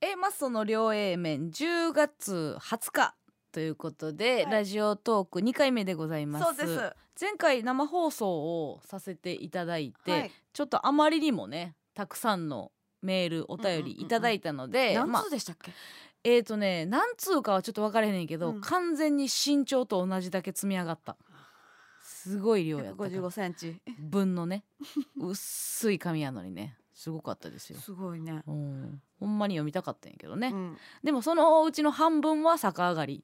えマッソの両 A 面10月20日ということで、はいラジオトーク2回目でございますそうです。は前回生放送をさせていただいて、い。ちょっとあまりにもねたくさんのメールお便りいただいたので、まあ何通でしたっけ？えーとね何通かはちょっと分からへんねんけど、うん完全に身長と同じだけ積み上がったすごい量やったから155センチ。分のね 薄い紙やのにねすごかったですよ、すごいね。うん、ほんまに読みたかったんやけどね、うん。 でもそのうちの半分は逆上がり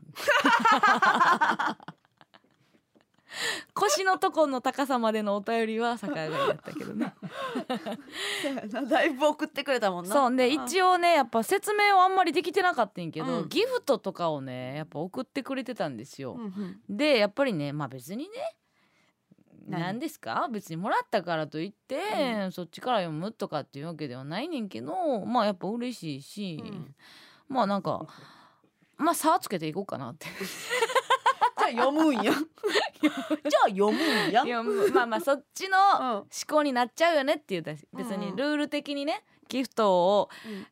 腰のとこの高さまでのお便りは逆上がりだったけど ねせやなだいぶ送ってくれたもんな。そうであ一応ねやっぱ説明をあんまりできてなかったんやけど、うんギフトとかをねやっぱ送ってくれてたんですよ、うんうんでやっぱりねまあ別にね何何ですか別にもらったからといって、うそっちから読むとかっていうわけではないねんけどまあやっぱ嬉しいし、うんまあなんかまあ差つけていこうかなってじゃあ読むん や。じゃあ読むんや。いやまあまあそっちのう思ん。うん考になっちゃうよねっていうだし別うんうにんルール的にねギフトを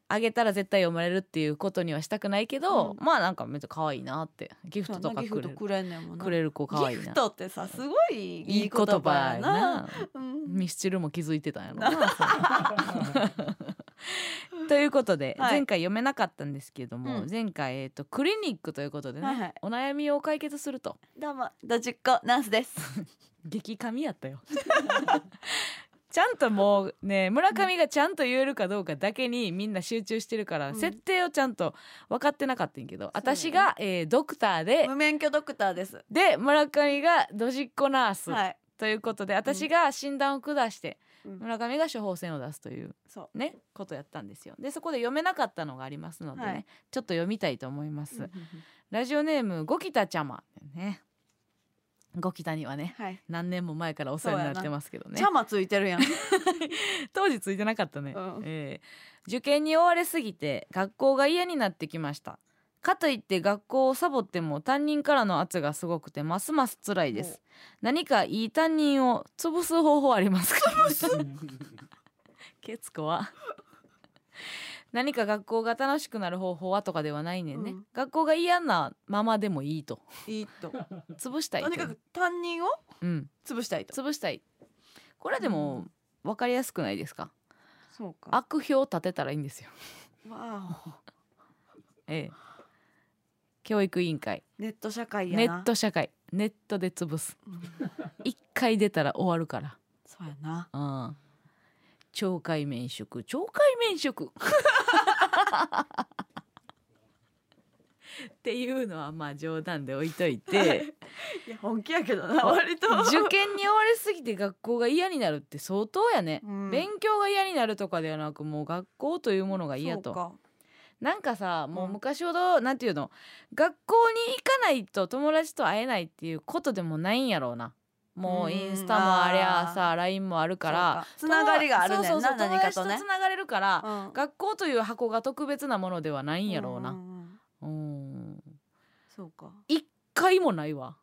あげたら絶対読まれるっていうことにはしたくないけど、うまあなんかめっちゃ可愛いなってギフそトうとやなかギくれフトるくれんねんもんな。くれる子可愛いギなフ。トってさすごいいいいい言言葉葉ややな。な。うん。ミスチルも気づいてたんやろ な。ということで、はい前回読めなかったんですけども、うん前回、えー、とクリニックということでね、はいはいお悩みを解決するとどうもドジっ子ナースです。激神やったよ。 ちゃんともうね村上がちゃんと言えるかどうかだけにみんな集中してるから、うん設定をちゃんと分かってなかったんやけど、うだよね私が、えードクターで無免許ドクターです。で村上がドジっ子ナース、はい。ということで私が診断を下して、うん村上が処方箋を出すというそねことやったんですよでそこで読めなかったのがありますのでね、はいちょっと読みたいと思います、う。ラジオネームゴキタちゃまねゴキタにはねはい。何年も前からお世話になってますけどねチャマついてるやん。当時ついてなかったね、うんえー受験に追われすぎて学校が嫌になってきましたかといって学校をサボっても担任からの圧がすごくてますます辛いです何かいい担任を潰す方法あり ますか潰すケツコは何か学校が楽しくなる方法はとかではないねんね、うん学校が嫌なままでもいいといい と。潰したいととにかく担任をうん、潰したいと。潰したいこれでも分かりやすくないですかそうか。悪評を立てたらいいんですよわあ、ええ、教育委員会ネット社会やな。ネット社会ネットで潰 すうん。一回出たら終わるからそうやな。うん懲戒免職懲戒免職 っていうのはまあ冗談で置いとい ていや本気やけどな、割と。受験に追われすぎて学校が嫌になるって相当やね、うん勉強が嫌になるとかではなくもう学校というものが嫌とそうかなんかさもううん昔ほど、なんていうの学校に行かないと友達と会えないっていうことでもないんやろうなもううんインスタもありゃさ LINE もあるからそうかつながりがある友ねんそうそな、うそう何かと友ね達。つながれるから、うん学校という箱が特別なものではないんやろうなうんんんうんそうか。一回もないわ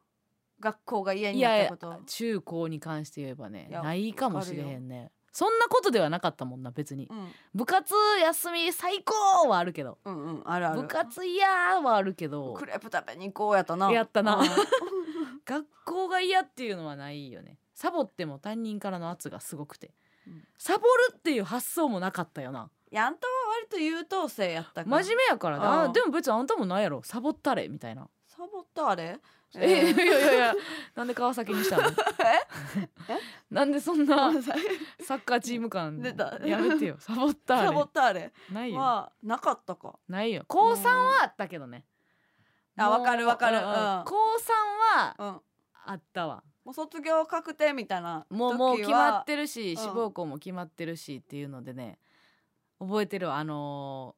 学校が嫌になったこと。中高に関して言えばねいやないかもしれへんねそんなことではなかったもんな別にうん、部活休み最高はあるけどうん、うん、あるある。部活嫌はあるけどクレープ食べに行こうやったな。やったなうん学校が嫌っていうのはないよねサボっても担任からの圧がすごくて、うんサボるっていう発想もなかったよなやんとは割と優等生やったから。真面目やからなああでも別にあんたもないやろサボったれみたいな、サボったあれ。 えいーやいやいやなんで川崎に したのなんでそんなサッカーチーム感出たやめてよサボったれサボったあれ。ないよ、はなかったか。ないよ高3はあったけどねあわかるわかるもううん高3はうん。あったわもう卒業確定みたいな時はもうもう決まってるし、ん志望校も決まってるしっていうのでね覚えてるわあの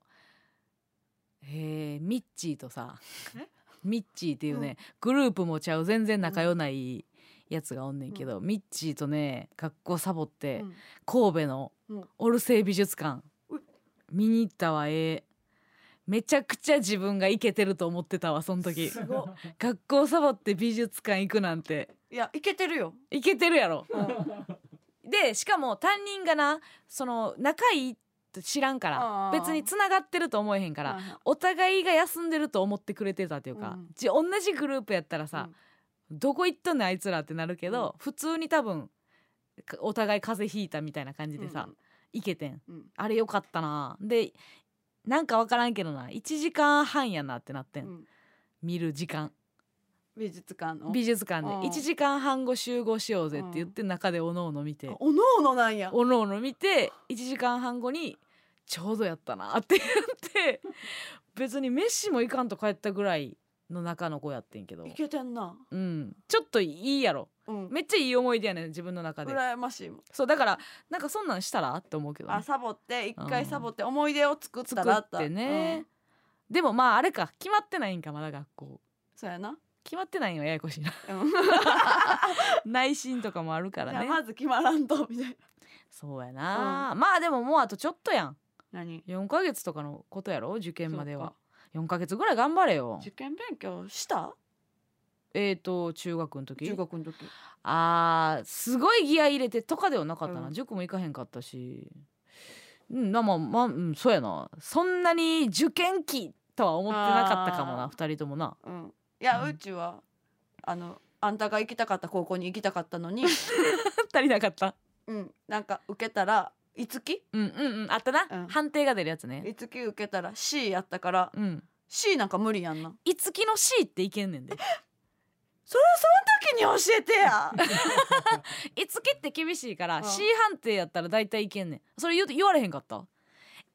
ー、えー、ミッチーとさえミッチーっていうね、グループもちゃう全然仲良ないやつがおんねんけど、ミッチーとね学校サボって、うん神戸のうんオルセイ美術館、うい見に行ったわええめちゃくちゃ自分がイケてると思ってたわその時すごっ学校サボって美術館行くなんていやいけてるよ、イケてるやろうんでしかも担任がなその仲いいって知らんからあー別に繋がってると思えへんから、はいはいお互いが休んでると思ってくれてたというか、うんじ同じグループやったらさ、どこ行っとんねんあいつらってなるけど、普通に多分かお互い風邪ひいたみたいな感じでさ、行けてんうんうんあれよかったなでなんかわからんけどな1時間半やなってなってん、うん見る時間美術館の美術館でうん1時間半後集合しようぜって言って中でおのおの見てあおのおのなんやおのおの見て1時間半後にちょうどやったなって言って別に飯もいかんと帰ったぐらいの中の子やってんけどい、けてんなうん、ちょっといいやろうんめっちゃいい思い出やねん自分の中で羨ましいもんそうだからなんかそんなんしたらって思うけどね、あサボって一回うんサボって思い出を作った作らってね、でもまああれか決まってないんかまだ学校うんそうやな決まってないんはややこ しいなうん内心とかもある からじゃあねまず決まらんとみたい なそうやな、まあでももうあとちょっとやん何4ヶ月とかのことやろ受験までそはうか4ヶ月ぐらい頑張れよ受験勉強したえーと中学の時中学の時あーすごいギア入れてとかではなかったな、うん塾も行かへんかったしうんなまあまあ、うん、そうやなそんなに受験期とは思ってなかったかもなあー2人ともなうんいやうんうちはあのあんたが行きたかった高校に行きたかった のに足りなかったうんなんか受けたらいつきうんうんうんあったな、うん判定が出るやつねいつき受けたら C やったからうん C なんか無理やんな。いつきの C っていけんねん でそれはその時に教えてや。いつきって厳しいからうん C 判定やったら大体いけんねんそれ言う言われへんかった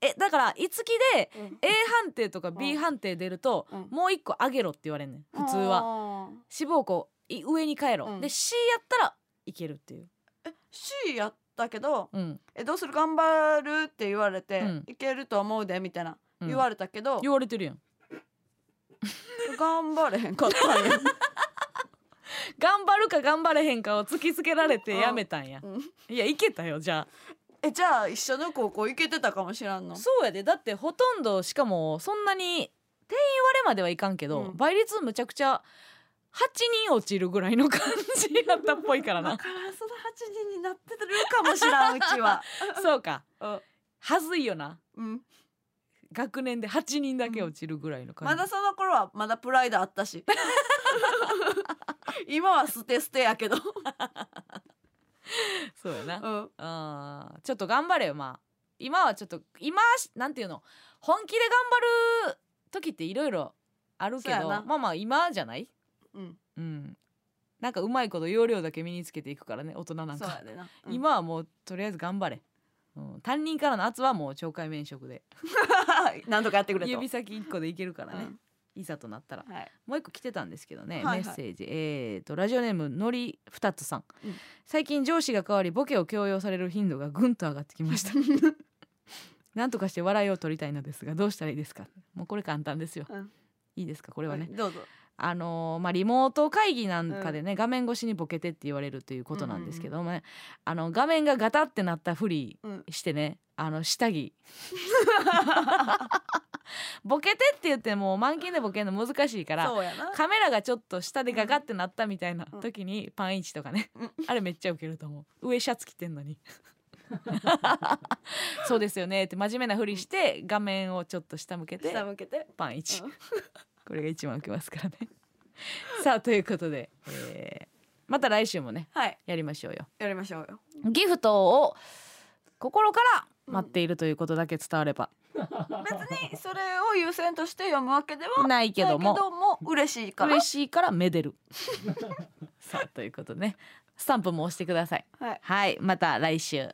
えだからいつきで A 判定とか B うん判定出ると、うんもう一個上げろって言われんねん 普通はは。志望校い上に帰ろ、うんで C やったらいけるっていう、え C やったけどうんえどうする頑張るって言われて、うんいけると思うでみたいなうん言われたけど、言われてるやん頑張れへんかった んや。 頑張るか頑張れへんかを突きつけられてやめたんやうんいやいけたよじゃえじゃあ一緒の高校行けてたかもしらんあの。そうやでだってほとんどしかもそんなに定員割れまではいかんけど、うん倍率むちゃくちゃ8人落ちるぐらいの感じやったっぽいから だなからその八人になってるかもしらんう ちは。そうかうんはずいよなうん、学年で8人だけ落ちるぐらいの感じ、まだその頃はまだプライドあっ たし今は捨て捨てやけど、そうやなうん、あーちょっと頑張れよまあ今はちょっと今しなんていうの本気で頑張る時っていろいろあるけそうどやなまあまあ今じゃないうん、うんなんかうまいこと要領だけ身につけていくからね大人なんそうかや、でな、今はもうとりあえず頑張れ、うん、担任からの圧はもう懲戒免職で 何度かやってくれと指先一個でいけるからね、いざとなったらうんはい、もう一個来てたんですけどね、はいはいメッセージ、えー、とラジオネームのりふたつさん、うん最近上司が変わりボケを強要される頻度がぐんと上がってきました なんとかして笑いを取りたいのですがどうしたらいいですかもうこれ簡単ですよ、うんいいですかこれはね、どうぞあのーまあ、リモート会議なんかでね、画面越しにボケてって言われるということなんですけどもね、あの画面がガタってなったふりうんしてねあの下 着ボケてって言っても満勤でボケるの難しいからそうやなカメラがちょっと下でガガってなったみたいなうん時にパンイチとかね、うん あれめっちゃウケると思う上シャツ着てんの にそうですよねって真面目なふりして画面をちょっと下向けて下向けてパンイチ、うんこれが一番ウケますからね さあということで、えーまた来週もねはいやりましょうよやりましょ うよギフトを心から待っているということだけ伝われば、別にそれを優先として読むわけではないないけけどどもも嬉しいから嬉しいからめでる さあということでねスタンプも押してくださいはいはい、また来週。